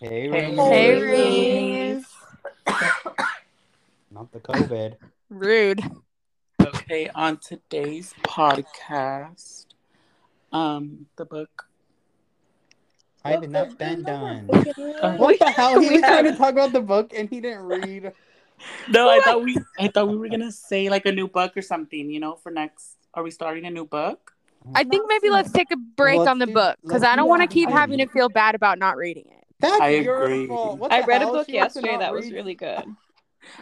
Hey, Hey, Ruth. Hey, Ruth. Not the COVID. Rude. Okay, on today's podcast, um, the book. I have enough done done. Uh, What What the hell? He We was trying to have- talk about the book and he didn't read. No, I thought we, I thought we were gonna say like a new book or something. You know, for next, are we starting a new book? I think maybe let's take a break Let's on the do- book because let's I don't do want to that. keep having to feel bad about not reading it. That's I your agree. fault. What I the read a hell? book She wants to yesterday not that was read. really good.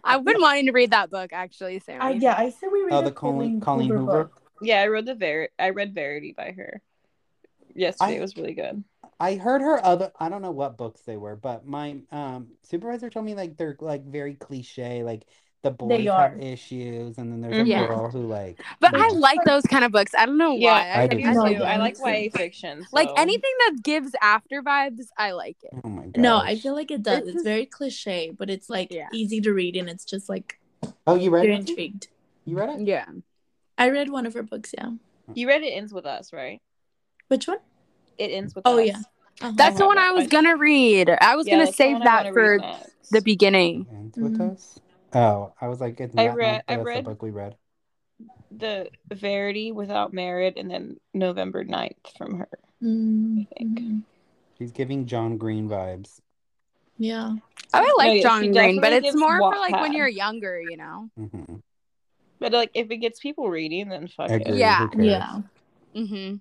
I've been wanting to read that book actually, Sammy. I, yeah, I said we read Oh, a the Colleen- Colleen Colleen Hoover? book. Yeah, I read the Ver- I read Verity by her yesterday. I- it was really good. I heard her other. I don't know what books they were, but my um supervisor told me like they're like very cliche. Like the boys are. have issues, and then there's a Mhm. girl who like. but I Yeah. like those kind of books. I don't know Yeah, why. I I, do do too. No, too. yeah, I me like too. YA fiction. Like so- anything that gives after vibes, I like it. Oh my god. No, I feel like it does. It's It's, just- very cliche, but it's like Yeah. easy to read and it's just like Oh, you read you're it? intrigued. You read it? Yeah. I read one of her books, yeah. you read, it ends with us, right? Which one? It ends with. Oh, us. yeah. Uh-huh. That's the have one it. I was I- gonna read. I was Yeah, gonna that's the save one I that wanna read for next. the beginning. Ends with Mhm. us. Oh, I was like, it's I not read- like I the- the read- book we read. the Verity without merit, and then November 9th from her. Mm, I think. mhm. She's giving John Green vibes. Yeah. Oh, I like yeah, she John Green, but definitely it's gives more for like when Wattpad. you're younger, you know. Mhm. But like, if it gets people reading, then fuck Agree. Who it. Yeah. cares? Yeah. Mm-hmm.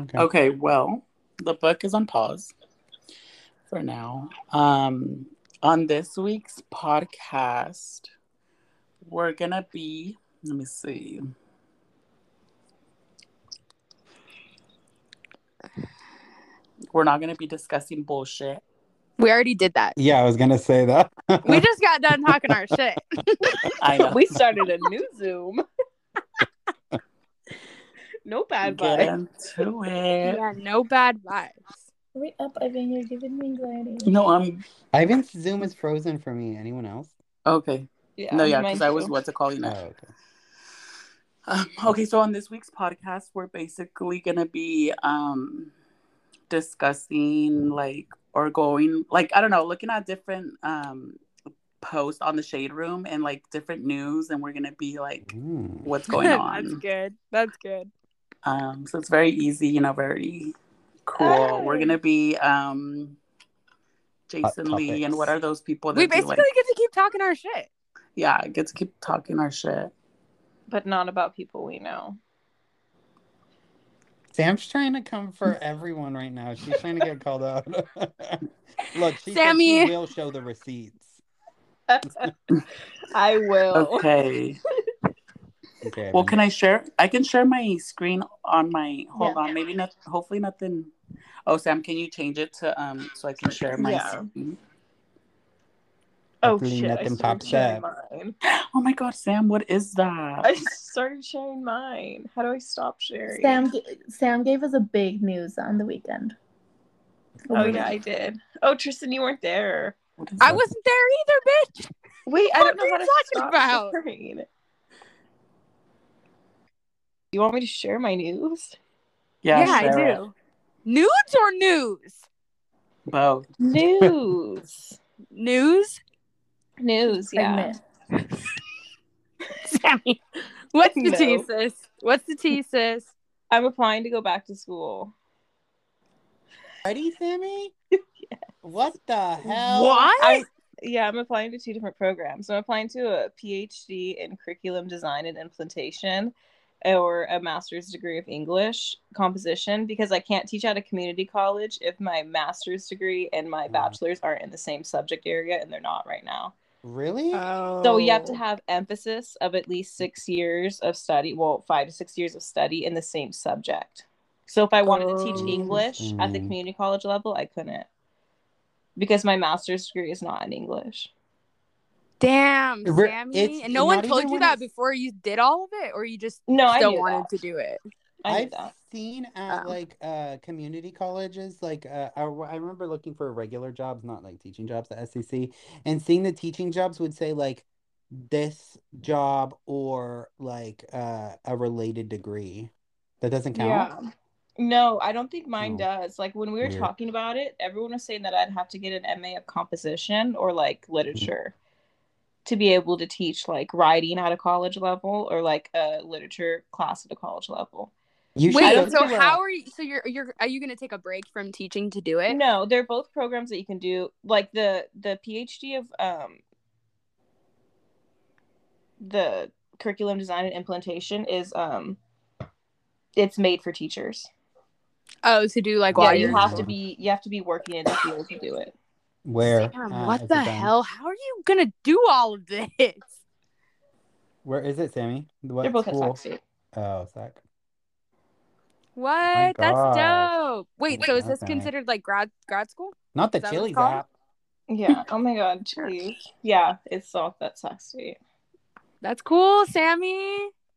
Okay. Okay, well, the book is on pause for now. Um, on this week's podcast, we're gonna be. Let me see. We're not gonna be discussing bullshit. We already did that. Yeah, I was gonna say that. We just got done talking our shit. I know. We started a new Zoom. no bad Get vibes. into it. Yeah, no bad vibes. Hurry up, Evan. You're giving me anxiety. No, I'm Ivan's Zoom is frozen for me. Anyone else? okay. Yeah, no, yeah, mine because I was too. what's it called? You Oh, know. okay. Um, okay, so on this week's podcast, we're basically gonna be um, discussing like or going like I don't know, looking at different um, posts on the Shade Room and like different news, and we're gonna be like, Mm. what's going That's on? good. That's good. um, so it's very easy, you know, very cool. We're gonna be um, Jason Lee and topics. what are those people? That We do, basically like- get to keep talking our shit. yeah, get to keep talking our shit. But not about people we know. Sam's trying to come for everyone right now. She's trying to get called out. Look, she Sammy Sammy. will show the receipts. I will. Okay. Okay. Well, Evan. can I share? I can share my screen on my. Hold Yeah. on, maybe not. Hopefully, nothing. Oh, Sam, can you change it to um so I can share my Yeah. screen? Oh Hopefully shit! I nothing started pops sharing up. mine. Oh my God, Sam, what is that? I started sharing mine. How do I stop sharing? Sam, g- Sam gave us a big news on the weekend. Oh yeah, I did. Oh Tristan, you weren't there. What is I that? wasn't there either, bitch. Wait, I What don't are know you how to talking stop about? sharing. You want me to share my news? Yeah, share I it. do. Nudes or news? Both. News. News? news, yeah. Segment. Sammy. What's the No. thesis? What's the thesis? I'm applying to go back to school. Ready, Sammy? What the hell? what? I yeah, I'm applying to two different programs. I'm applying to a PhD in curriculum design and implementation or a master's degree of English composition because I can't teach at a community college if my master's degree and my Mm. bachelor's aren't in the same subject area and they're not right now. Really? Uh, So you Oh. have to have emphasis of at least six years of study, well, five to six years of study in the same subject. So if I wanted to Oh. teach English at the Mm. community college level, I couldn't because my master's degree is not in English. Damn, Re- it's- Sammy. And no one not told even you when that it's- before you did all of it, or you just No, I still knew wanted that. to do it. I knew I've that. seen at Oh. like uh community colleges, like uh, I, I remember looking for regular jobs, not like teaching jobs at SEC, and seeing the teaching jobs would say like this job or like uh, a related degree. That doesn't count. Yeah. No, I don't think mine No. does. Like when we were Weird. talking about it, everyone was saying that I'd have to get an MA of composition or like literature to be able to teach like writing at a college level or like a literature class at a college level. You I Wait, don't should. so think I how will. are you? So you're you're are you gonna take a break from teaching to do it? No, they're both programs that you can do. Like the the PhD of um the curriculum design and implementation is um it's made for teachers. Oh, to do like Yeah, while you you're have to Mhm. be you have to be working in the field to do it. Where? um, Sam, uh, what is the it, Sam? hell? How are you gonna do all of this? Where is it, Sammy? What They're both at school? Sac State. Oh, Sac. What? That's gosh. dope. Wait, Wait, so is this okay. considered like grad grad school? Not the Is that what it's Chili's called? app. Yeah. Oh my god. Jeez. Yeah, it's all that sucks sweet. That's cool, Sammy.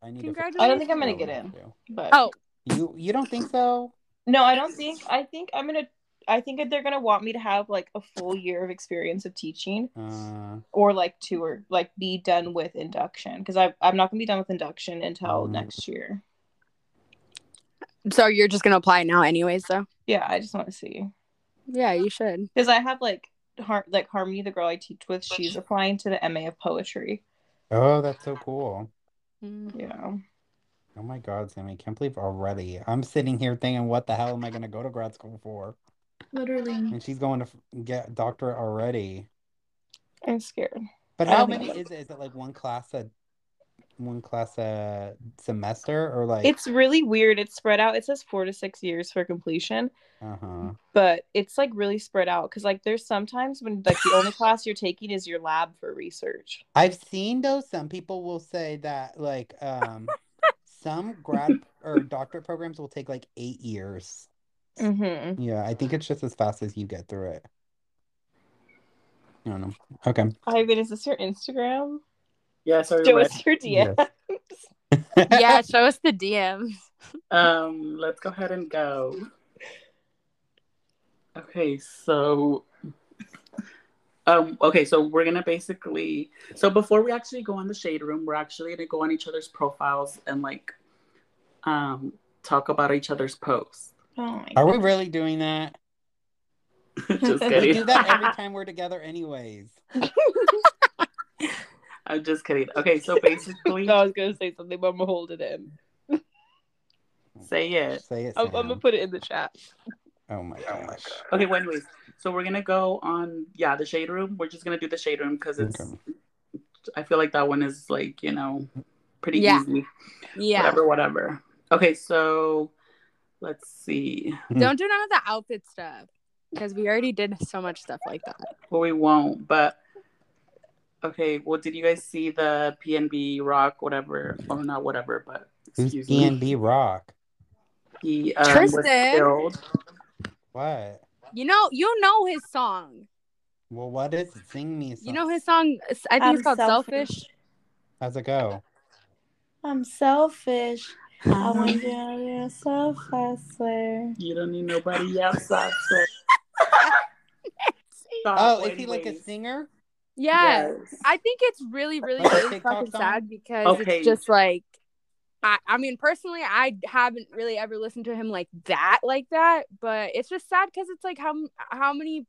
I need to figure Congratulations. I don't think I'm gonna out get what in. to do. But Oh, You you don't think so? no, I don't think I think I'm gonna I think that they're gonna want me to have like a full year of experience of teaching Uh, or like two or like be done with induction because I I'm not gonna be done with induction until Mm. next year. so you're just gonna apply now, anyways, though. Yeah, I just want to see Yeah, you should. because I have like har- like Harmony, the girl I teach with, she's applying to the MA of poetry. oh, that's so cool. Yeah. Oh my God, Sammy, I can't believe already. I'm sitting here thinking, what the hell am I going to go to grad school for? Literally. And she's going to f- get doctorate already. I'm scared. But I don't how think many I'm- is it? Is it like one class a one class a semester or like It's really weird. It's spread out. It says four to six years for completion. uh-huh. but it's like really spread out because like there's sometimes when like the only class you're taking is your lab for research. I've seen though some people will say that like um some grad or doctorate programs will take like eight years. Mm-hmm. Yeah, I think it's just as fast as you get through it. I don't know. Okay. Ivan, is this your Instagram? Yeah, sorry. Show Red. us your DM. yeah, show us the DMs. Um, let's go ahead and go. Okay, so um okay, so we're going to basically so before we actually go on the shade room, we're actually going to go on each other's profiles and like um talk about each other's posts. Oh my Are god. we really doing that? Just We We kidding. do that every time we're together anyways. I'm just kidding. Okay, so basically No, I was gonna say something, but I'm gonna hold it in. say it. Say it. I'm, I'm gonna Sam. put it in the chat. Oh my gosh. Okay, well, anyways, so we're gonna go on, yeah, the shade room. We're just gonna do the shade room because it's. Okay. I feel like that one is like you know, pretty Yeah. easy. Yeah. Whatever, whatever. Okay, so let's see. Don't do none of the outfit stuff because we already did so much stuff like that. Well, we won't, but okay. Well, did you guys see the PNB Rock, whatever, or not whatever, but Who's E excuse me, B Rock? he um, was Tristan? killed. What? You know, you know his song. Well, what is it? Sing me a You song. know his song. I think I'm it's called selfish. Selfish. How's it go? I'm selfish. I want you out of yourself, I swear. You don't need nobody outside. So stop, Oh, is he like a Uh, anyways. singer? Yes. Yes. I think it's really, really, Like a really TikTok fucking song? sad because Okay. it's just like, I, I mean, personally, I haven't really ever listened to him like that, like that. But it's just sad because it's like how how many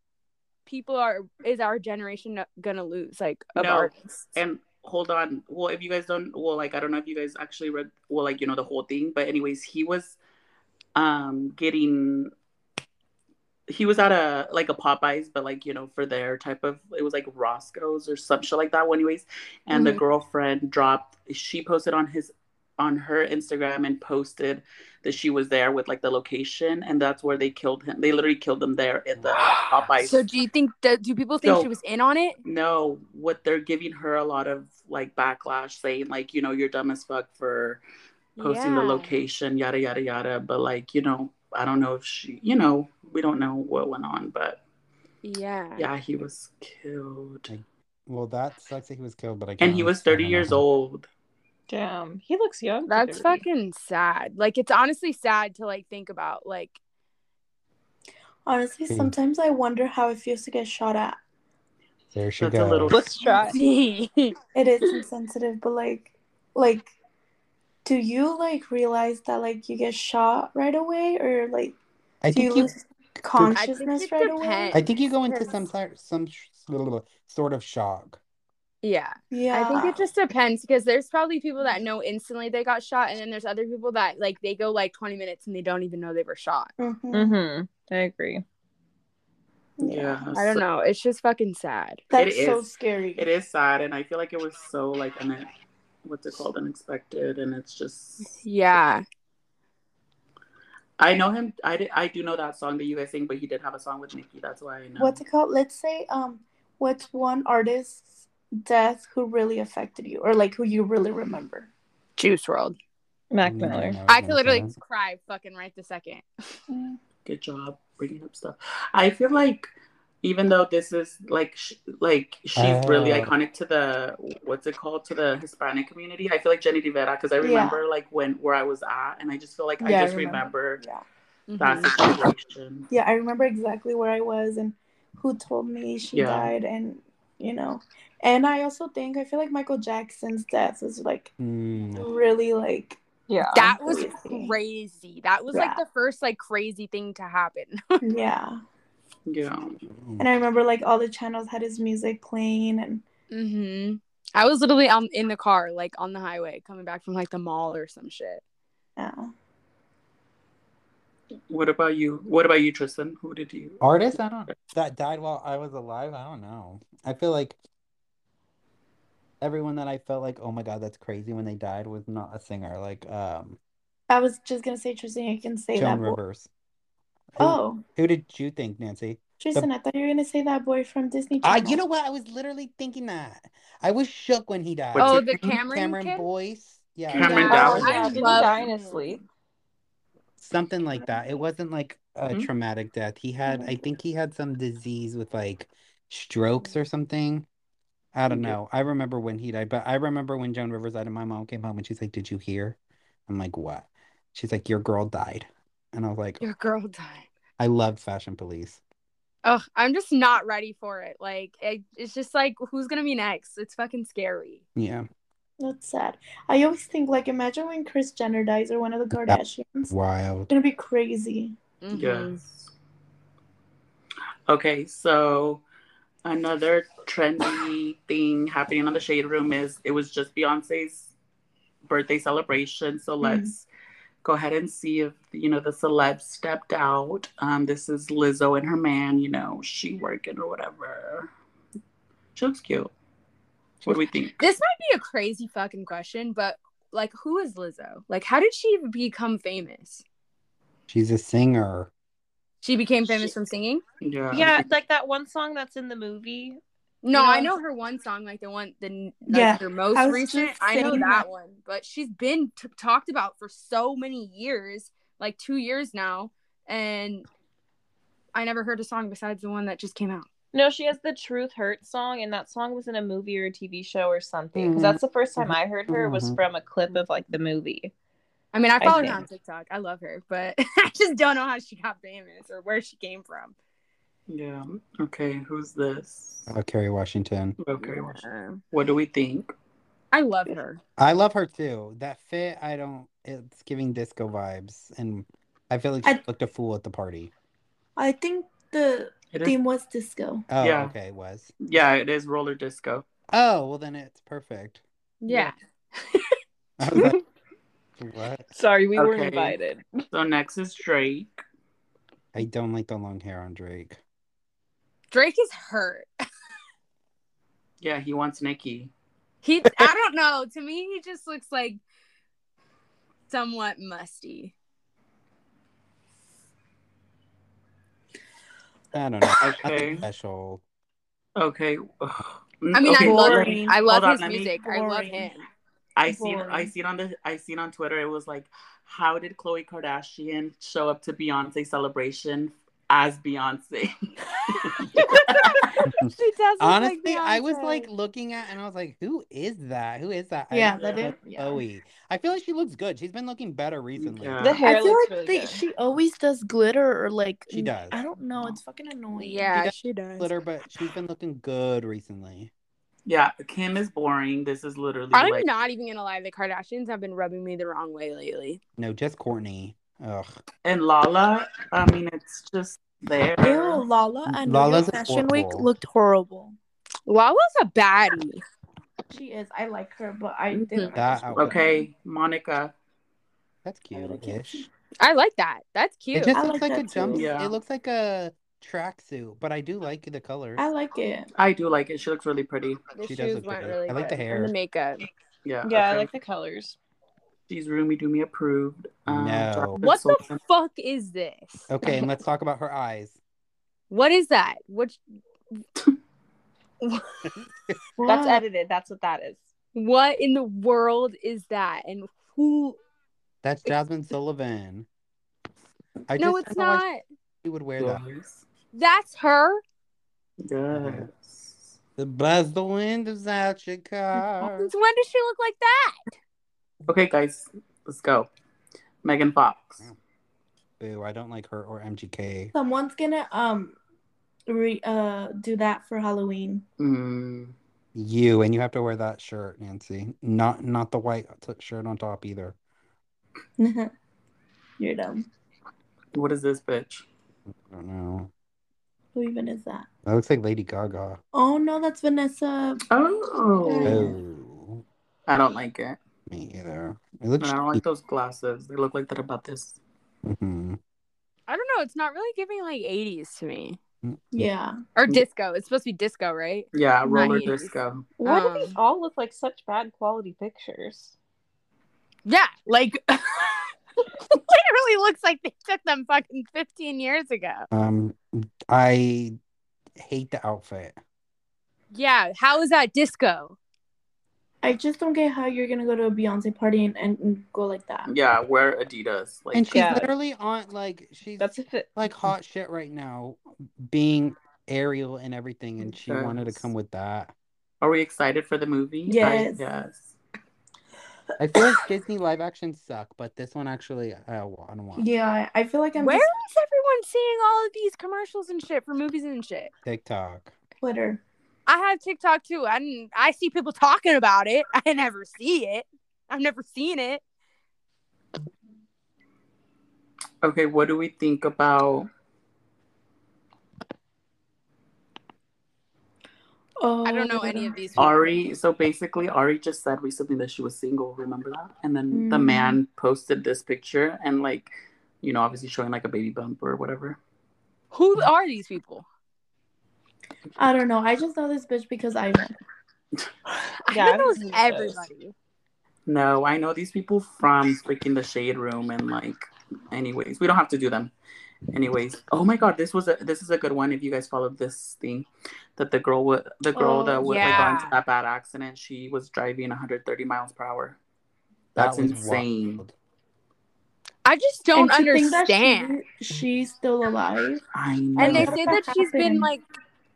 people are is our generation gonna lose like of No. artists? and hold on well if you guys don't well like i don't know if you guys actually read well like you know the whole thing but anyways he was um getting he was at a like a popeyes but like you know for their type of it was like roscoe's or some shit like that well, anyways and the Mhm. girlfriend dropped she posted on his on her instagram and posted that she was there with like the location and that's where they killed him they literally killed him there at the popeyes So do you think do, do people think So- she was in on it? no, what they're giving her a lot of like backlash, saying like, you know, you're dumb as fuck for posting the Yeah. location, yada yada yada. But like, you know, I don't know if she, you know, we don't know what went on, but Yeah. yeah, he was killed, Well, that sucks that he was killed, but I can't. and he was understand 30 years how. old. Damn, he looks young. for That's 30. fucking sad. Like it's honestly sad to like think about. Like Honestly, Hmm. sometimes I wonder how it feels to get shot at. There she That's a goes. little- Let's try. dang. It is insensitive, but like, like, do you like realize that like you get shot right away or like I do you think you lose consciousness it right depends. away? I think you go into Yes. some sort some sh- sort of shock. Yeah. Yeah. I think it just depends because there's probably people that know instantly they got shot, and then there's other people that like they go like 20 minutes and they don't even know they were shot. Mhm. Mm-hmm. I agree. Mm-hmm. Yeah. I don't know. It's just fucking sad. That's It so is. scary. It is sad, and I feel like it was so like un- what's it called unexpected, and it's just Yeah. I know him. I did, I do know that song that you guys sing, but he did have a song with Nicki. That's why I know. What's it called? Let's say um what's one artist's death who really affected you or like who you really remember? Juice World. Mac Mm, Miller. know what I could I'm literally saying. cry fucking right the second. Mm. good job bringing up stuff. I feel like even though this is like sh- like she's really Oh. iconic to the what's it called to the Hispanic community. I feel like Jenny Rivera because I remember like when where I was at, and I just feel like Yeah, I I just remember, Yeah. that Mhm. situation. Yeah, I remember exactly where I was and who told me she Yeah. died and you know. And I also think I feel like Michael Jackson's death was like Mm. really like Yeah. That was Crazy. crazy. That was like Yeah. the first like crazy thing to happen. yeah. Yeah, Mm. And I remember like all the channels had his music playing and hmm I was literally on in the car, like on the highway, coming back from like the mall or some shit. yeah. What about you? What about you, Tristan? Who did you? Artist, I don't that died while I was alive. I don't know. I feel like everyone that I felt like, oh my god, that's crazy when they died was not a singer. Like um I was just gonna say Tristan, you can say Joan that boy. Rivers. Who, Oh, who did you think, Nancy? Tristan, I thought you were gonna say that boy from Disney I Channel. you know what? I was literally thinking that. I was shook when he died. What's oh, his the name? Cameron, kid? Boyce. Yeah. Cameron Yeah. Oh Dowd. yeah, I didn't love- die in his sleep. something like that. It wasn't like a Mhm. traumatic death. He had, I think he had some disease with like strokes or something. I don't Yeah. know. I remember when he died, but I remember when Joan Rivers died, and my mom came home and she's like, "Did you hear?" I'm like, "What?" She's like, "Your girl died," and I was like, Your girl died. "I love Fashion Police." Ugh, I'm just not ready for it. Like, it, it's just like, who's gonna be next? It's fucking scary. Yeah. That's sad. I always think like imagine when Chris Jenner dies or one of the Kardashians. It's Wild. gonna be crazy. Mhm. Yes. Okay, so another trendy thing happening on the shade room is it was just Beyonce's birthday celebration. So let's go ahead and see if you know the celeb stepped out. Um, this is Lizzo and her man. You know, she working or whatever. She looks cute. What do we think? This might be a crazy fucking question, but like, who is Lizzo? Like, how did she even become famous? She's a singer. She became famous She- from singing? Yeah. Yeah, like that one song that's in the movie. No, You I know- know her one song, like the one, the like, Yeah, her most I was recent. just I know that, saying that. one, but she's been t- talked about for so many years, like two years now, and I never heard a song besides the one that just came out. No, she has the Truth Hurt song, and that song was in a movie or a TV show or something. Because Mhm. that's the first time I heard her was Mhm. from a clip of like the movie. I mean, I follow her think. on TikTok. I love her, but I just don't know how she got famous or where she came from. Yeah. Okay. Who's this? Uh, Kerry Washington. Okay. Yeah. What do we think? I love her. I love her too. That fit, I don't. It's giving disco vibes, and I feel like she I- looked a fool at the party. I think the It is. theme was disco. Oh, Yeah. okay, it was. Yeah, it is roller disco. Oh, well then it's perfect. Yeah. I was like, what? Sorry, we Okay. weren't invited. So next is Drake. I don't like the long hair on Drake. Drake is hurt. Yeah, he wants Nicki. He, I don't know. To me, he just looks like somewhat musty. I don't know. Okay. Nothing special. Okay. I mean, Okay, I love so- I love Hold on, his let me- music. I love Boring. him. I seen I Boring. seen on the I seen on Twitter it was like, how did Khloe Kardashian show up to Beyonce celebration as Beyonce? she does. Honestly, I was like looking at and I was like, who is that? Who is that? I oh, Yeah, that is- looked yeah. Chloe. I feel like she looks good. She's been looking better recently. Yeah. The hair I feel looks like really they, good. she always does glitter or like She does. I don't know. It's fucking annoying. yeah, does she does. Glitter, but she's been looking good recently. Yeah, Kim is boring. This is literally I'm like not even gonna lie, the Kardashians have been rubbing me the wrong way lately. No, just Courtney. Ugh. and Lala. I mean, it's just there. Ew, Lala and Lala's a Fashion Week corporal. looked horrible. Lala's a baddie. She is. I like her, but I Mm-hmm. Mhm. didn't. That like outfit. Okay, Monica. That's cute-ish. I like that. That's cute. It just I looks like like, that a jump. too. Yeah. It looks like a tracksuit, but I do like the colors. I like it. I do like it. She looks really pretty. the she does shoes look went pretty. really I like the good, hair. and the makeup. Yeah. Yeah, I okay. like the colors. she's roomy doomy approved. Um, No. Jasmine What the Sultan. fuck is this? Okay, and let's talk about her eyes. What is that? What? That's Wow. edited. That's what that is. What in the world is that? And who? That's Jasmine Sullivan. I no, just it's don't know why not. She would wear that. Yes. That's her. Yes. The buzz the windows out your car. Since when does she look like that? Okay, guys, let's go. Megan Fox. Boo, I don't like her or MGK. Someone's gonna um re uh do that for Halloween. Mm. You and you have to wear that shirt, Nancy. Not not the white t- shirt on top either. You're dumb. What is this bitch? I don't know. Who even is that? That looks like Lady Gaga. Oh no, that's Vanessa. Oh. Oh, I don't like it. me either. It And looks. I don't like those glasses. They look like that about this. Mhm. I don't know. It's not really giving like 80s to me Yeah. or Mm. disco. It's supposed to be disco, right? Yeah, Not roller 80s. disco. Why Um, do these all look like such bad quality pictures? Yeah, like it literally looks like they took them fucking 15 years ago. Um, I hate the outfit. Yeah, how is that disco? I just don't get how you're gonna go to a Beyonce party and, and, and go like that. Yeah, wear Adidas. Like, And she's yeah. literally on like she's That's if it. like hot shit right now, being aerial and everything, and she wanted to Yes. come with that. are we excited for the movie? Yes. I, yes. I feel like Disney live action suck, but this one actually I want to watch. Yeah, I I feel like I'm Where just is everyone seeing all of these commercials and shit for movies and shit? TikTok. Twitter. I have TikTok too, and I see people talking about it. I never see it. I've never seen it. Okay, what do we think about? Oh, I don't know any of these. people. Ari, so basically, Ari just said recently that she was single. Remember that? And then the Mm. man posted this picture and, like, you know, obviously showing like a baby bump or whatever. Who are these people? I don't know. I just know this bitch because I know. I Yeah, thought I've that was seen those. everybody. No, I know these people from freaking the shade room and like. Anyways, we don't have to do them. Anyways, oh my god, this was a this is a good one. If you guys followed this thing, that the girl wa the girl Oh, that was yeah. like got into that bad accident, she was driving 130 miles per hour. That That's was insane. wild. I just don't And to think that understand. she- she's still alive. I know. And they How did say that that she's been happen? like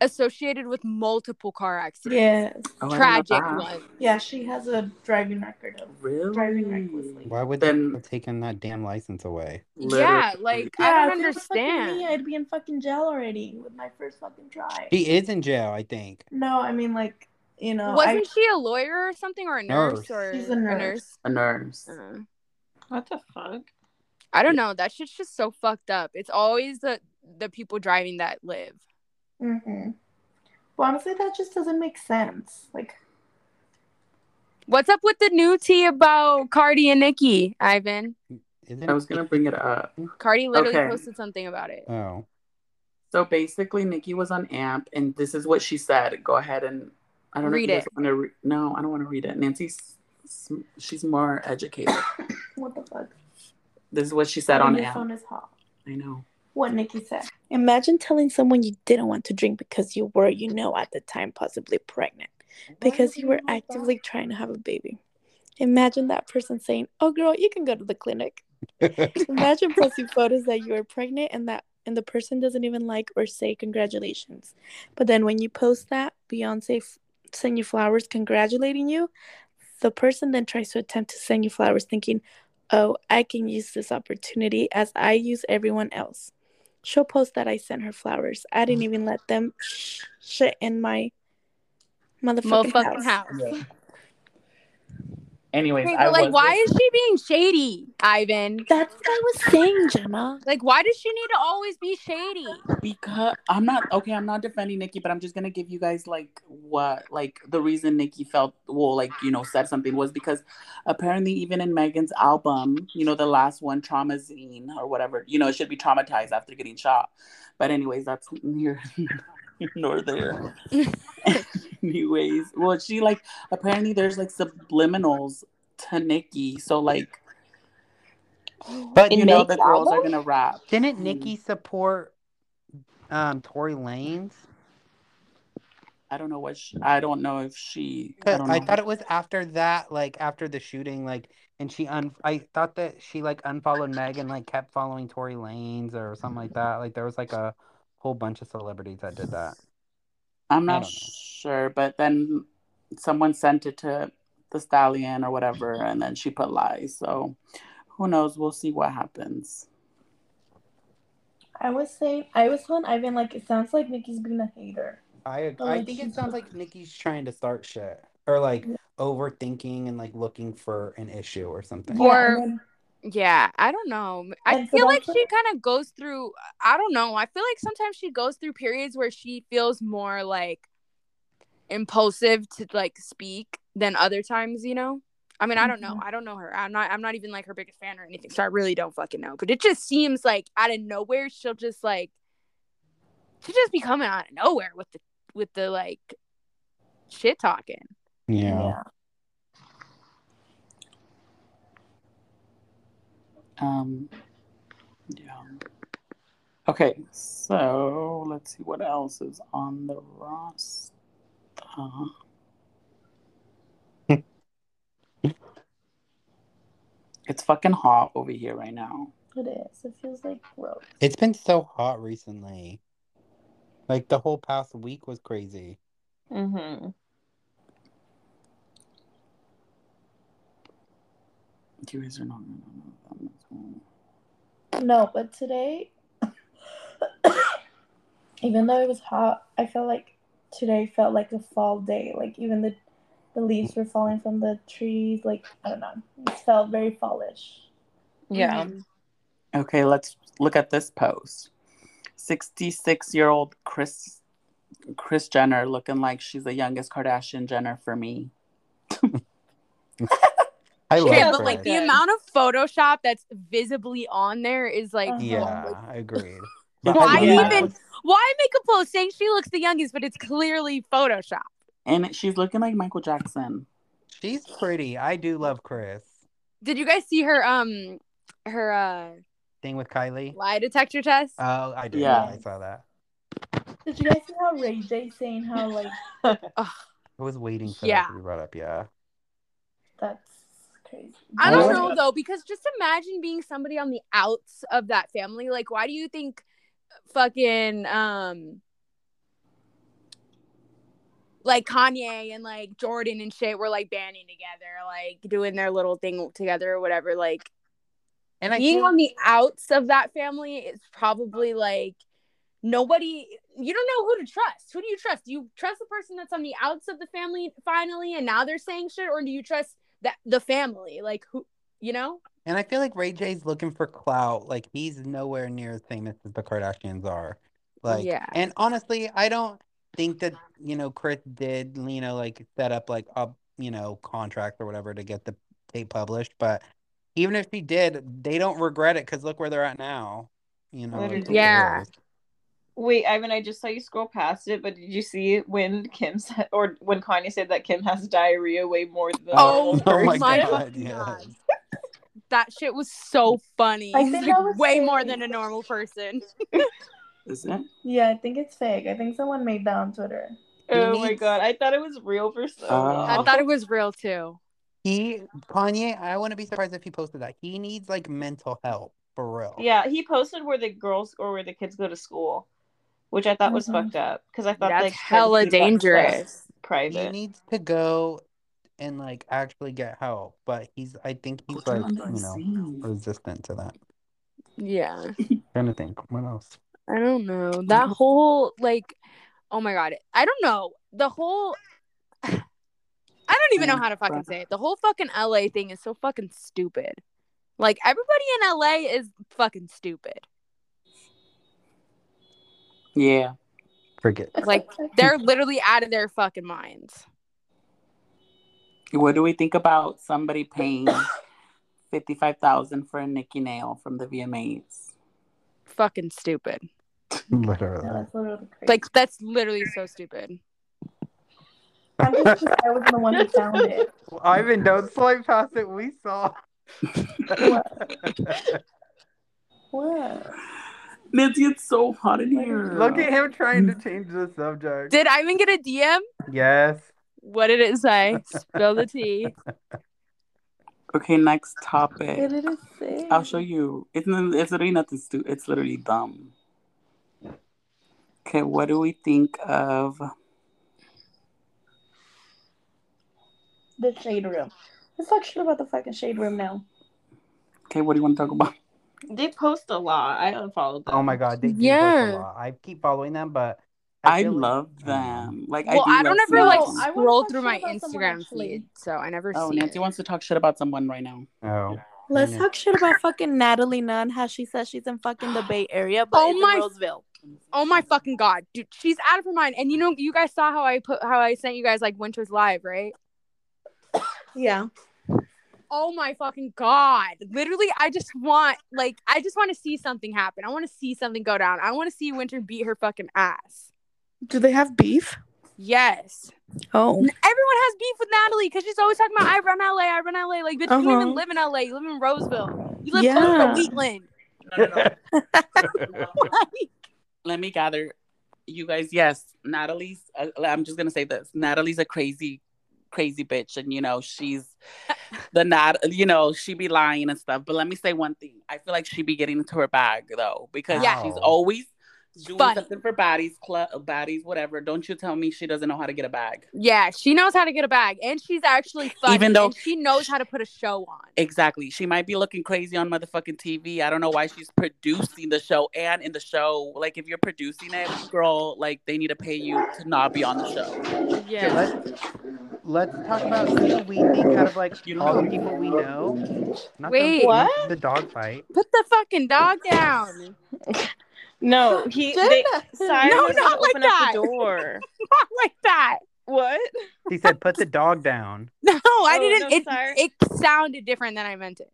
associated with multiple car accidents. Yes. Oh, I didn't know tragic that. ones. Yeah, she has a driving record of Really? Driving recklessly. Why would Then- they have taken that damn license away? Yeah, Literally. like Yeah, I don't if it was fucking Me, uh, understand. I'd be in fucking jail already with my first fucking try. She is in jail, I think. no, I mean like you know, Wasn't she a lawyer or something or a nurse, Nurse. or She's a nurse. a nurse. Uh, What the fuck? I don't know. That shit's just so fucked up. It's always the the people driving that live. I. Mm-hmm. Well, honestly, that just doesn't make sense. Like, What's up with the new tea about Cardi and Nicki, Ivan? Isn't I was gonna bring it up. Cardi literally Okay. posted something about it. Oh, So basically, Nikki was on AMP, and this is what she said. Go ahead and I don't Read know if you guys it. want to. Re- no, I don't want to read it. Nancy's she's more educated. what the fuck? This is what she said on Your AMP. phone is hot. I know. What Nikki said. Imagine telling someone you didn't want to drink because you were, you know, at the time possibly pregnant because you were actively trying to have a baby. Imagine that person saying, "Oh, girl, you can go to the clinic." Imagine posting photos that you are pregnant and that and the person doesn't even like or say congratulations. But then when you post that, Beyonce f- send you flowers congratulating you. The person then tries to attempt to send you flowers, thinking, "Oh, I can use this opportunity as I use everyone else." She'll post that I sent her flowers. I didn't even let them sh- shit in my Motherfucking, house. motherfucking house. Yeah. Anyways, Okay, I but like, was why is she being shady, Ivan? That's what I was saying, Gemma. Like, why does she need to always be shady? because I'm not okay. I'm not defending Nikki, but I'm just gonna give you guys like what like the reason Nikki felt well, like you know, said something was because apparently even in Megan's album, you know, the last one, Traumazine or whatever, you know, it should be traumatized after getting shot. But anyways, that's near nor there. anyways, well, she like apparently there's like subliminals to Nikki, so like But In you know Megan's the girls are album? gonna rap. didn't Hmm. Nikki support um Tory Lanez? I don't know what she, I don't know if she. I 'Cause don't know. I, thought it was after that, like after the shooting, like, and she un. I thought that she like unfollowed Meg and like kept following Tory Lanez or something like that. Like there was like a whole bunch of celebrities that did that. I'm I not don't know. sure, but then someone sent it to the stallion or whatever, and then she put lies. So who knows? We'll see what happens. I was saying, I was telling Ivan, like, it sounds like Nikki's being a hater. I Oh, I like, think she- it sounds like Nikki's trying to start shit or like Yeah. overthinking and like looking for an issue or something. Yeah. Or- and then- Yeah, I don't know. I And so feel like that's she what- kind of goes through, I don't know. I feel like sometimes she goes through periods where she feels more like impulsive to like speak than other times, you know? I mean, I don't Mm-hmm. know. I don't know her. I'm not I'm not even like her biggest fan or anything, so I really don't fucking know. But it just seems like out of nowhere she'll just like she just be coming out of nowhere with the with the like shit talking. Yeah. Um, yeah. Okay, so let's see what else is on the roster. it's fucking hot over here right now. It is. It feels like gross. It's been so hot recently. Like the whole past week was crazy. Mm-hmm. You guys are not gonna know that much. No, but today, even though it was hot, I felt like today felt like a fall day. Like even the the leaves were falling from the trees. Like I don't know, it felt very fallish. Yeah. Mhm. Okay, let's look at this post. 66 year old Chris Chris Jenner looking like she's the youngest Kardashian Jenner for me. I Okay, love but like Chris. the Good. amount of Photoshop that's visibly on there is like, Uh-huh. Yeah, I agreed. Why I love- even- why make a post saying she looks the youngest, but it's clearly Photoshop? And she's looking like Michael Jackson. She's pretty. I do love Chris. Did you guys see her um her uh Thing with Kylie. lie detector test? Oh, I did. Yeah. I saw that. Did you guys see how Ray J saying how like I was waiting for Yeah. that to be brought up. Yeah. that's crazy? I I don't was- know though, because just imagine being somebody on the outs of that family. Like, why do you think fucking um like Kanye and like Jordan and shit were like banding together, like doing their little thing together or whatever? Like And I being feel- on the outs of that family is probably like nobody you don't know who to trust who do you trust do you trust the person that's on the outs of the family finally and now they're saying shit or do you trust that the family like who you know and I feel like Ray J's looking for clout. Like he's nowhere near as famous as the Kardashians are. Like Yeah. and honestly, I don't think that, you know, Chris did, you know, like set up like a you know, contract or whatever to get the tape published. But even if she did, they don't regret it because look where they're at now. You know, like, who Literally. Yeah. cares? Wait, Ivan, I just saw you scroll past it, but did you see when Kim said, or when Kanye said that Kim has diarrhea way more than the Oh, normal oh my person? God, fucking yes. God. that shit was so funny I It's, think like, I was way saying- more than a normal person Is it? Yeah, I think it's fake. I think someone made that on Twitter. Oh my needs- god, I thought it was real for so Uh, Oh. long. i thought it was real too He Kanye, I wouldn't be surprised if he posted that. He needs like mental help for real. Yeah, he posted where the girls or where the kids go to school, which I thought was Mhm. Mm-hmm. fucked up because I thought that's like hella dangerous He private. needs to go and like actually get help, but he's I think he's like, you know, resistant to that. yeah Trying to think. What else? I don't know. That whole like oh my god. I don't know. The whole I don't even know how to fucking say it. The whole fucking LA thing is so fucking stupid. Like everybody in LA is fucking stupid. Yeah. Forget. Like they're literally out of their fucking minds. What do we think about somebody paying fifty five thousand for a Nicky nail from the VMAs? Fucking stupid. Yeah, Literally. that's literally crazy. Like that's literally so stupid. I'm just surprised I was the one who found it. Ivan, don't swipe past it. We saw. What? Nancy, it's so hot in here. Look at him trying to change the subject. Did Ivan get a DM? yes. What did it say? Spill the tea. Okay, next topic. What did it say? I'll show you. It's, n- it's literally nothing stupid. It's literally dumb. Okay, what do we think of? The shade room. Let's talk shit about the fucking shade room now. Okay, what do you want to talk about? They post a lot. I unfollowed them. Oh my god, they do post a Yeah. lot. I keep following them, but I feel like- um, love I know. them. Like, well, do I, don't love ever like seeing No, I them. wanna scroll talk through shit my about someone, Instagram actually. feed, so I never Oh, see Nancy it. wants to talk shit about someone right now. Oh, Let's Yeah. talk shit about fucking Natalie Nunn, how she says she's in fucking the Bay Area, but Oh it's my- in Roseville. Oh my fucking god, dude, she's out of her mind. And you know, you guys saw how I put how I sent you guys like Winter's Live, right? Yeah. Oh my fucking god. Literally, I just want like I just want to see something happen. I want to see something go down. I want to see Winter beat her fucking ass. Do they have beef? Yes. Oh. Everyone has beef with Natalie because she's always talking about I run LA, I run LA. Like, bitch, you don't Uh-huh. even live in LA. You live in Roseville. You live Yeah. close to Wheatland. Let me gather you guys. Yes, Natalie's. Uh, I'm just gonna say this. Natalie's a crazy, crazy bitch, and you know she's the not. You know she be lying and stuff. But let me say one thing. I feel like she be getting into her bag though because Yeah. she's always doing Funny. something for bodies, club bodies, whatever. Don't you tell me she doesn't know how to get a bag. Yeah, she knows how to get a bag, and she's actually funny. Even though- and she knows how to put a show on. Exactly. She might be looking crazy on motherfucking TV. I don't know why she's producing the show and in the show. Like, if you're producing it, girl, like they need to pay you to not be on the show. Okay, Yeah, let's let's talk about who we think out of like You don't all the know. people we know. Not Wait. the, What? the dog fight. put the fucking dog down. No, he. They, Cyrus No, no, not like open up that. the door. Not like that. what? He said, "Put the dog down." No, I Oh, didn't. no, it Cyrus- it sounded different than I meant it.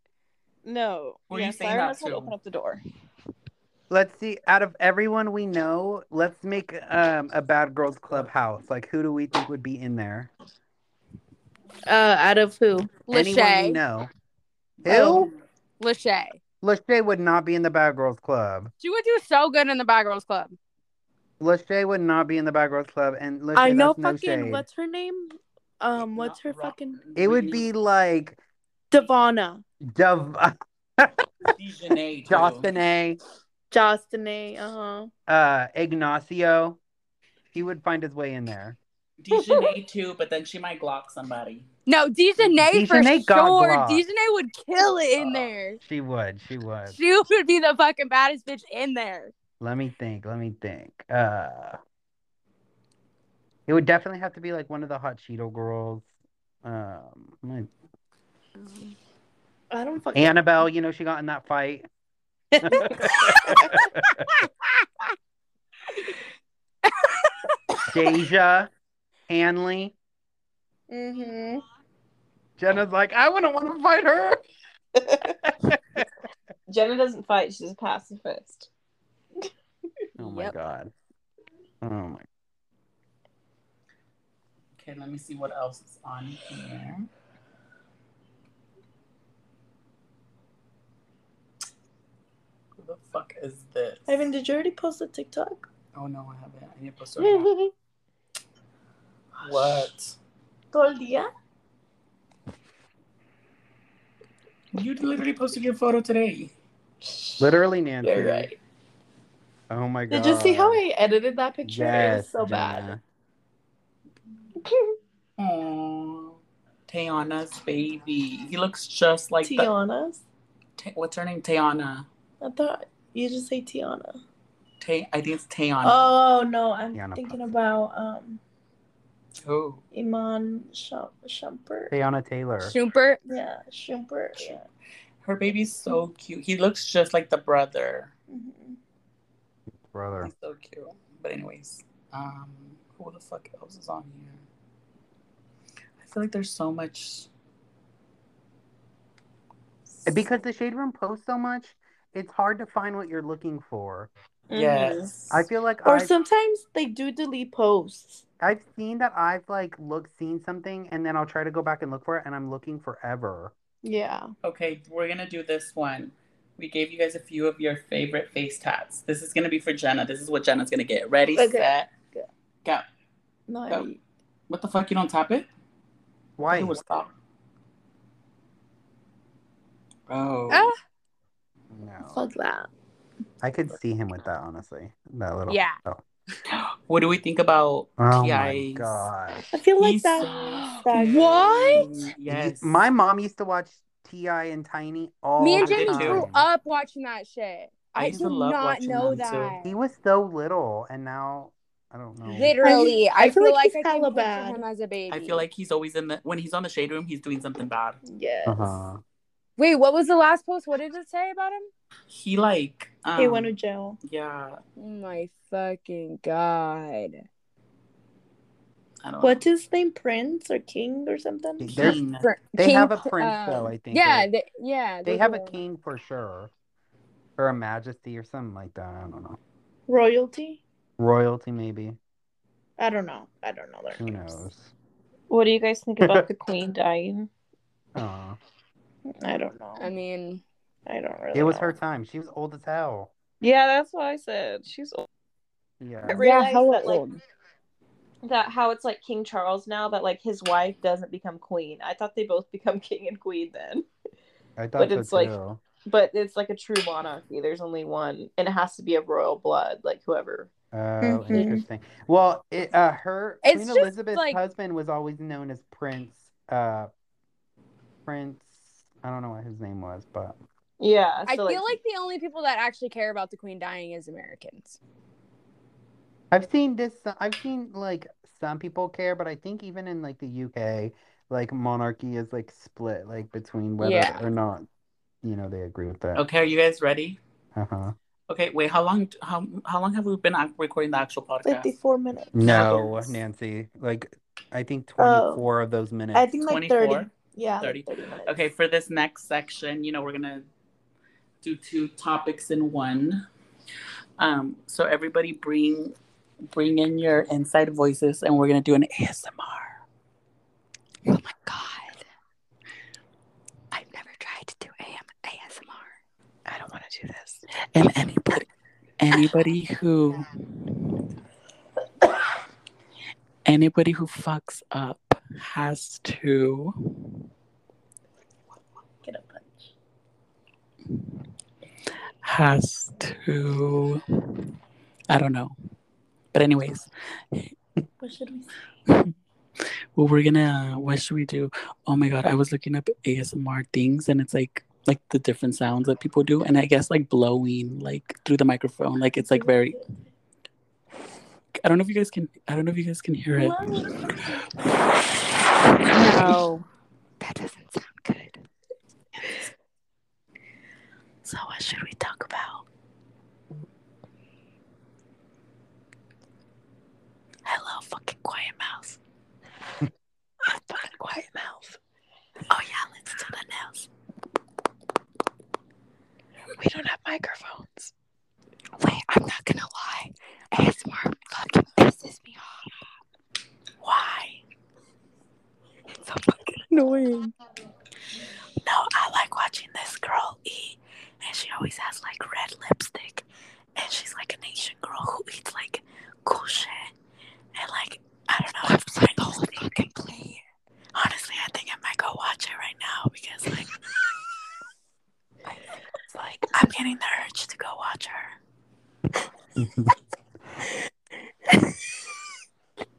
No. Who are you saying that Cyrus would to? open up the door. Let's see. Out of everyone we know, let's make um a bad girls club house. Like, who do we think would be in there? Uh, out of who? Anyone we Lachey, know. Oh. Who? Lachey. Lachey would not be in the bad girls club. She would do so good in the Bad Girls Club. Lachey would not be in the bad girls club, and Lachey, I know that's no fucking shade. what's her name? Um, what's her fucking It would be like Devonna, Dov- Justin. Jostine, Jostine, uh uh, Ignacio. He would find his way in there. Dejanay too, but then she might glock somebody. No, Dejanay for Dejanay got sure. blocked. Dejanay would kill it Uh, in there. She would. She would. She would be the fucking baddest bitch in there. Let me think. Let me think. Uh, it would definitely have to be like one of the hot Cheeto girls. Um, my- huh. I don't fucking. Annabelle. You know she got in that fight. Deja, Hanley. Mm-hmm. Jenna's like, I wouldn't want to fight her. Jenna doesn't fight. She's a pacifist. Oh my Yep. god. Oh my. Okay, let me see what else is on here. Who the fuck is this? Ivan, did you already post a TikTok? Oh no, I haven't. I need to post it. Todo What? el día? You literally posted your photo today. Literally, Nancy. You're right. Oh my god. Did you see how I edited that picture? it was so bad. Jenna. Aww. Tayana's baby. He looks just like the- Tiana's. Ta- what's her name? Tayana. I thought you just say Tiana. Tay. I think it's Tayana. Oh no, I'm Tiana thinking Puff. about um Who? Iman Shum- Shumper. Tiana Taylor. Super. Yeah, Shumper. Yeah. Her baby's so cute. He looks just like the brother. hmm Brother. He's so cute. But anyways, um, who the fuck else is on here? I feel like there's so much. Because the Shade Room posts so much, it's hard to find what you're looking for. Mm-hmm. yes, I feel like Or I've, sometimes they do delete posts. I've seen that I've like looked seen something and then I'll try to go back and look for it and I'm looking forever. Yeah. Okay, we're gonna do this one. We gave you guys a few of your favorite face tats. This is gonna be for Jenna. This is what Jenna's gonna get. Ready, Okay. set, Go. go. No, I Go. mean- What the fuck? You don't tap it? Why? It was stop. Bro. Ah. No. fuck that. I could see him with that honestly. That little Yeah. Oh, What do we think about oh my T.I.'s? god. I feel like He's- that. that- What? Yes. My mom used to watch T.I. and Tiny all Me and the Jamie oh, did too. grew time. up watching that shit. I I, used to did love not watching know them, too. that. He was so little and now I don't know. Literally, I, feel like, he's I can hella picture bad. him as a baby. I feel like he's always in the when he's on the shade room, he's doing something bad. Yes. Uh-huh. Wait, what was the last post? What did it say about him? He like um, He went to jail. yeah. Oh my fucking god! I don't What's his name? Prince or King or something? know. There's- Keen. Fr- They King- have a prince, though, um, I think, Yeah, right? they, yeah. They those have are a the- king for sure. Or a majesty or something like that. I don't know. Royalty? Royalty maybe. I don't know. I don't know their Who names. knows? What do you guys think about the queen dying? Uh, I don't know. I mean, I don't really. it was know. her time. She was old as hell. Yeah, that's what I said. She's old. Yeah. I realized hella that like old. that how it's like King Charles now that like his wife doesn't become queen. I thought they both become king and queen then. I thought But so it's like- too. But it's like a true monarchy. There's only one and it has to be of royal blood, like whoever. Oh, Mhm. interesting. Well, it, uh, her It's Queen just, Elizabeth's like- husband was always known as Prince. Uh, Prince. I don't know what his name was, but Yeah. I So, feel like the only people that actually care about the queen dying is Americans. I've seen this. uh, I've seen like some people care, but I think even in like the UK, like monarchy is like split like between whether Yeah. or not you know they agree with that. Okay, are you guys ready? Uh huh. Okay, wait. How long? How how long have we been act- recording the actual podcast? 54 minutes. No, Cowboys. Nancy. Like I think Oh. twenty four of those minutes. I think like 30. 24? Yeah. 30. Like 30 minutes. Okay, for this next section, you know, we're gonna do two topics in one. Um, so everybody bring bring in your inside voices and we're gonna do an ASMR. Oh my god! I've never tried to do AM ASMR. I don't wanna do this. And anybody anybody who anybody who fucks up has to Get a punch. has to I don't know. But anyways, What should we say? Well, we're gonna. What should we do? Oh my god, I was looking up ASMR things, and it's like like the different sounds that people do, and I guess like blowing like through the microphone, like it's like very. I don't know if you guys can. I don't know if you guys can hear it. No, that doesn't sound good. So what should we talk about? Hello, fucking quiet mouse. fucking quiet mouse. Oh yeah, let's do the nails. We don't have microphones. Wait, I'm not gonna lie. ASMR fucking pisses me off. Why? It's so fucking annoying. No, I like watching this girl eat, and she always has like red lipstick, and she's like an Asian girl who eats like cool shit, and like I don't know. I'm trying to whole fucking plate. Honestly, I think I might go watch it right now because like, I think it's like I'm getting the urge to go watch her.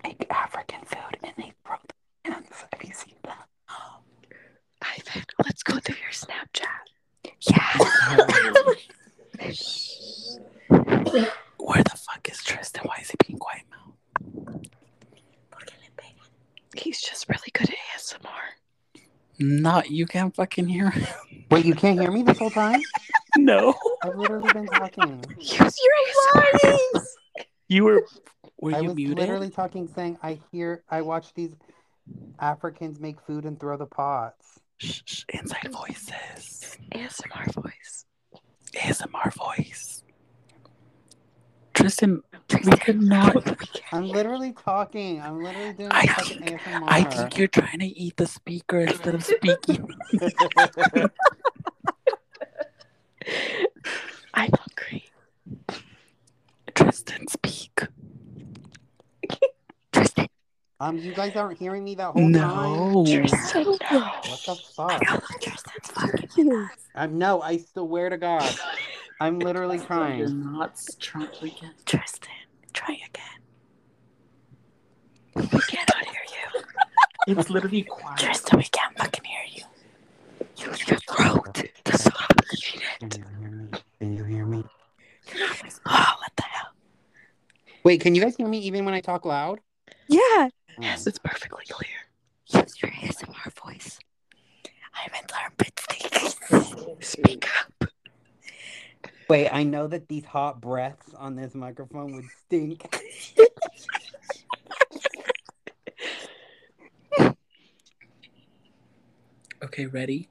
Make African food, and they throw the hands. Have you seen that? Ivan, let's go through your Snapchat. Yeah. Where the fuck is Tristan? Why is he being quiet now? He's just really good at ASMR. Not you can't fucking hear. it. Wait, you can't hear me this whole time? no. I've literally been talking. Use your ASMR. You were were I you was muted? literally talking, saying I hear, I watch these Africans make food and throw the pots. Shh, shh, inside voices. ASMR voice. ASMR voice. Tristan, we could not. I'm literally talking. I'm literally doing I fucking think- ASMR. I think you're trying to eat the speaker instead of speaking. I'm hungry. Tristan, speak. Tristan, um, you guys aren't hearing me that whole time. no. Tristan, no. What the fuck? Tristan's fucking with us. I'm no. I swear to God, I'm literally You're crying. not strong. We can't. Tristan, try again. We cannot hear you. It's literally quiet. Tristan, we can't fucking hear you. Use your throat to stop eating Can it. you hear me? Can you hear me? Oh, what the hell? Wait, can you guys hear me even when I talk loud? Yeah. Oh. Yes, it's perfectly clear. Use your ASMR voice. I'm in the armpit stinky. Speak up. Wait, I know that these hot breaths on this microphone would stink. Okay, ready?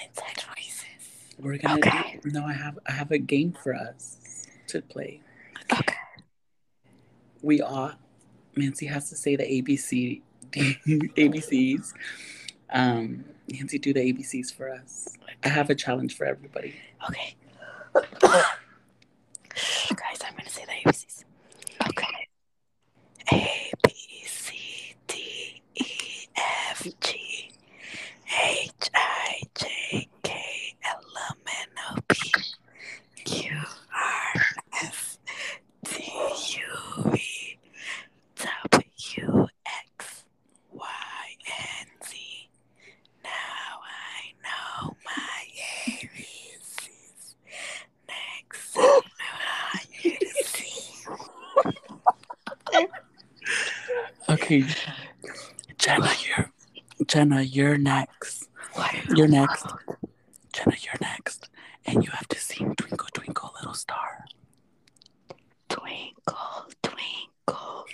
Inside voices. We're gonna. Okay. Do, no, I have I have a game for us to play. Okay. We all. Nancy has to say the ABC ABCs. Um, Nancy, do the ABCs for us. I have a challenge for everybody. Okay. Shh, guys, I'm gonna say the ABCs. Okay. A B C D E F G H I J K L M N O P Q R S T U V W X Y and Z. Now I know my ABCs. Next time I need to see Okay, Jenna, you're Jenna, you're next. what is You're next. Jenna, you're next, and you have to sing "Twinkle Twinkle Little Star." twinkle, twinkle.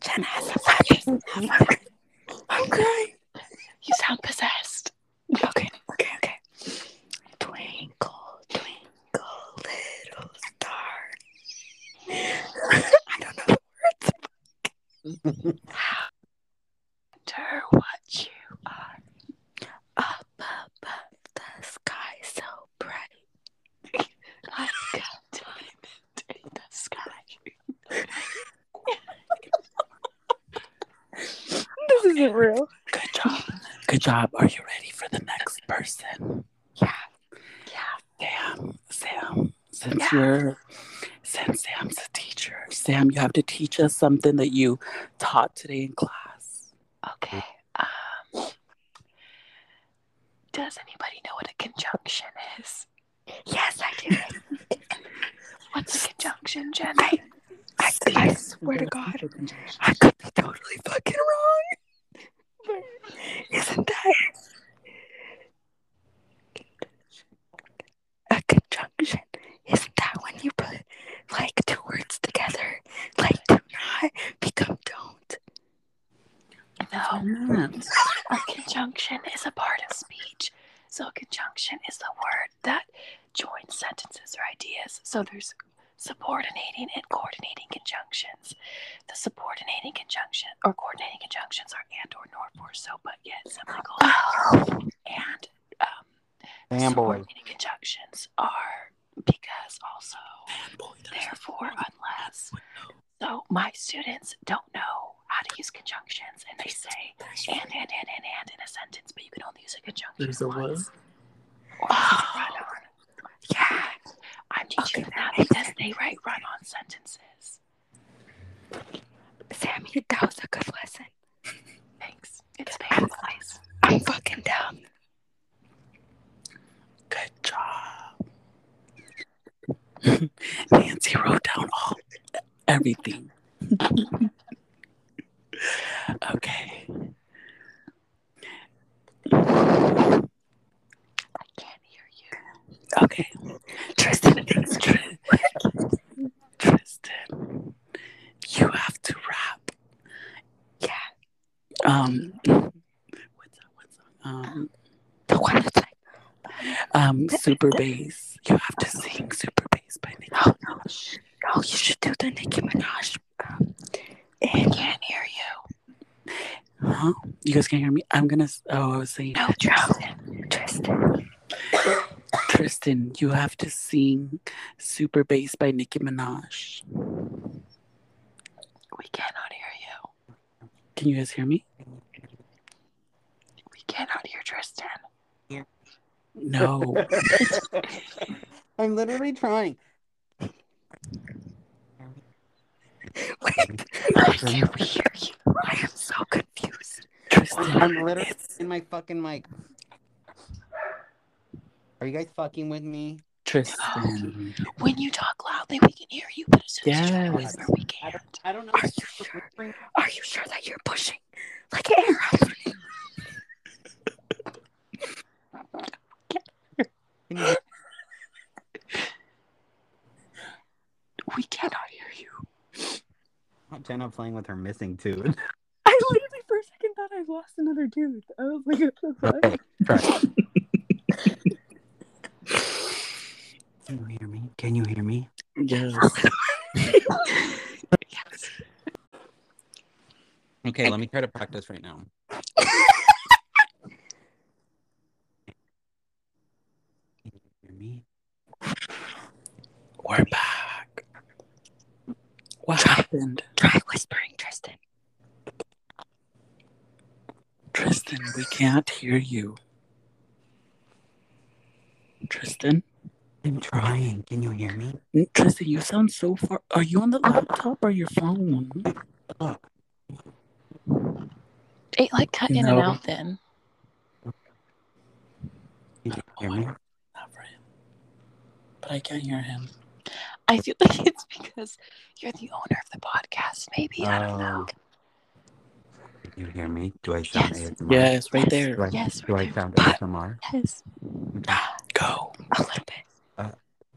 Jenna has a fucking number. Okay. You sound possessed. Okay, okay, okay. Twinkle, twinkle, little star. I don't know the words. wonder what you are up above the sky so bright. I got diamond in the sky. This isn't real. Good job. Good job. Are you ready for the next person? Yeah. Sam, Sam, since you're since Sam's a teacher, Sam, you have to teach us something that you taught today in class. Okay. Um, does anybody know what a conjunction is? Yes, I do. What's a conjunction, Jen? I, I, I swear to God, I could be totally fucking wrong. But isn't that a conjunction? Isn't that when you put like two words together, like do not become don't? No, Matt, a conjunction is a part of speech. So a conjunction is the word that joins sentences or ideas. So there's subordinating and coordinating conjunctions. The subordinating conjunction or coordinating conjunctions are and or nor for so but yet something called and um the Damn boy. subordinating conjunctions are because also therefore unless so my students don't know how to use conjunctions and they say and and and and and in a sentence, but you can only use a conjunction there's a word. once. Or else it's run on. Yeah, I'm teaching them that because they write run-on sentences. Sam, that was a good lesson. Thanks. It's paid place. I'm fucking down. Good job. Nancy wrote down all everything. okay. I can't hear you. Okay. Tristan, it's Tristan. Tristan, you have to rap. Yeah. Um, what's up? What's up? Um, the one that's like, um, Super Bass. You have to sing Super Bass by Nicki Minaj. No, you should do the Nicki Minaj. Um, I can't hear you. Huh? You guys can't hear me? I'm gonna. s- Oh, I was saying. No, Tristan. Tristan. Tristan, you have to sing Super Bass by Nicki Minaj. We cannot hear you. Can you guys hear me? We cannot hear Tristan. Yeah. No. I'm literally trying. I can't hear you. I am so confused. Tristan, I'm literally it's in my fucking mic. Are you guys fucking with me? Tristan. When you talk loudly, we can hear you, but as soon as you talk Yes. whisper, we I don't, can't. I don't know. Are you sure? Are you sure that you're pushing like air out of me? Can you hear- We cannot hear you. Jenna playing with her missing tooth. I literally for a second thought I lost another dude. I was like, what the fuck? Okay, try. Can you hear me? Can you hear me? Yes. Okay, let me try to practice right now. Can you hear me? We're back. What happened? Try whispering, Tristan. Tristan, we can't hear you. Tristan? I'm trying. Can you hear me? Tristan, you sound so far. Are you on the laptop or your phone? Look. It like cut in and No. out then. Can you hear me? Not for him. But I can't hear him. I feel like it's because you're the owner of the podcast, maybe. I don't know. Oh. Can you hear me? Do I sound sound Yes. ASMR? Yes, right Do Yes. there. I, Yes, do we're I there. sound But- ASMR? Yes, Go. a little bit.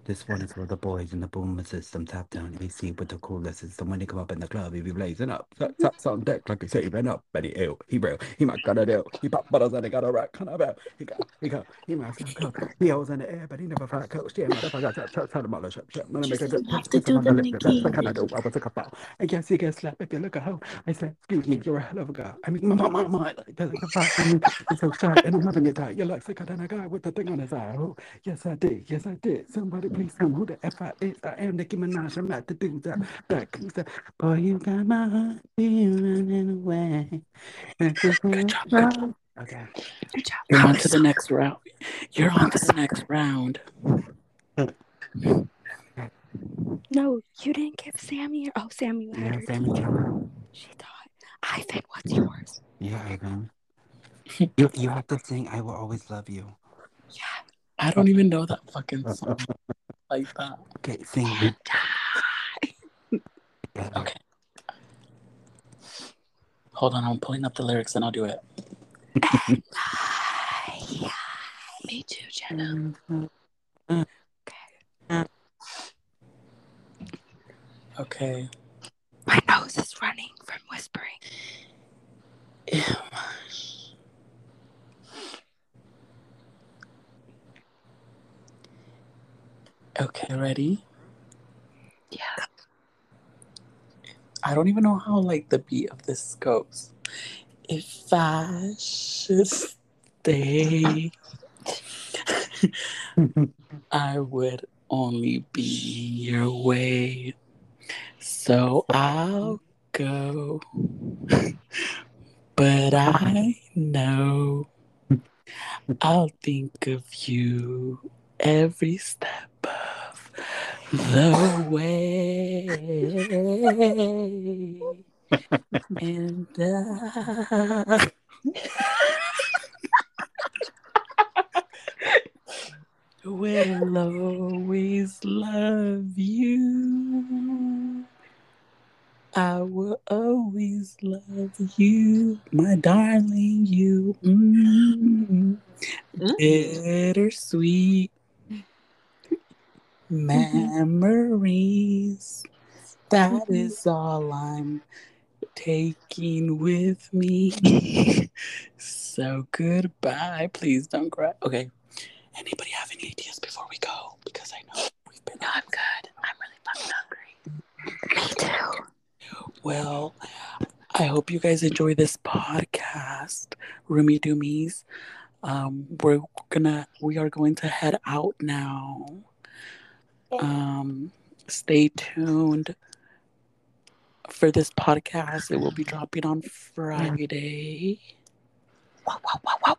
This one is for the boys in the boomer system. Tap down AC with the coolest system. When they come up in the club, he be blazing up. Tap, tap, on deck like he's saving up. But he ill, he real, he might gotta do. He pop bottles and he got a rock kind of out. He got, he got, he might sound cold. He always in the air, but he never find coach. Yeah, motherfucker, tap, tap, tap, him all the shit, shit. Wanna make a Tristan, drip, you drip, have to twist do around the the lip, that's the Nikki. kind of do. I was a cop out. I guess you can slap if you look a hoe. I said, excuse me, you're a hell of a guy. I mean, my, my, my, my, like, that's a fuck. I mean, I'm so shy and I'm loving it tight. You're like sicker than a guy with the thing on his eye. Oh, Yes, I did. Yes, I did. Somebody please tell me who the F I is. I am Nicki Minaj. I'm not the dude that that comes that. Boy, you got my heart beating running away. Good Good job. Good job. Okay. Good job. You're That on was to the so- next round. You're on to the next round. No, you didn't give Sammy. Oh, Sammy, you had Yeah, her. Sammy Joe. She thought. I think what's yours? Yeah, Ivan. You you have to sing "I Will Always Love You." Yeah. I don't even know that fucking song like that. Okay, sing. it. Okay. Hold on, I'm pulling up the lyrics and I'll do it. Yeah. Me too, Jenna. Mm. Okay. My nose is running from whispering. Ew. Okay, ready? Yeah. I don't even know how like the beat of this goes. If I should stay, I would only be your way. So I'll go. But I know I'll think of you every step of the way. And I... will always love you. I will always love you, my darling, you. Mm. Bittersweet memories. That is all I'm taking with me. so goodbye. Please don't cry. Okay. Anybody have any ideas before we go? Because I know we've been. No, I'm good. I'm really fucking hungry. Well, I hope you guys enjoy this podcast, Roomy Doomies. Um, we're gonna we are going to head out now. Um, stay tuned for this podcast. It will be dropping on Friday. Wow, wow, wow, wow,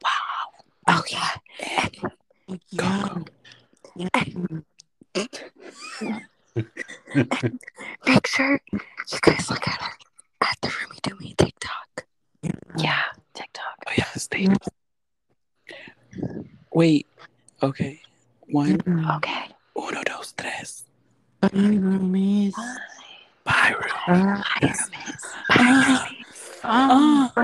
wow. Oh yeah. Go, Make sure you guys look at her at the Roomy Doomy TikTok. Yeah, TikTok. Oh yeah, stay. Wait. Okay. One, Okay. uno, dos, tres. Bye, roomies. Bye. Bye, Bye, room. Hermes. Bye, Hermes. Ah.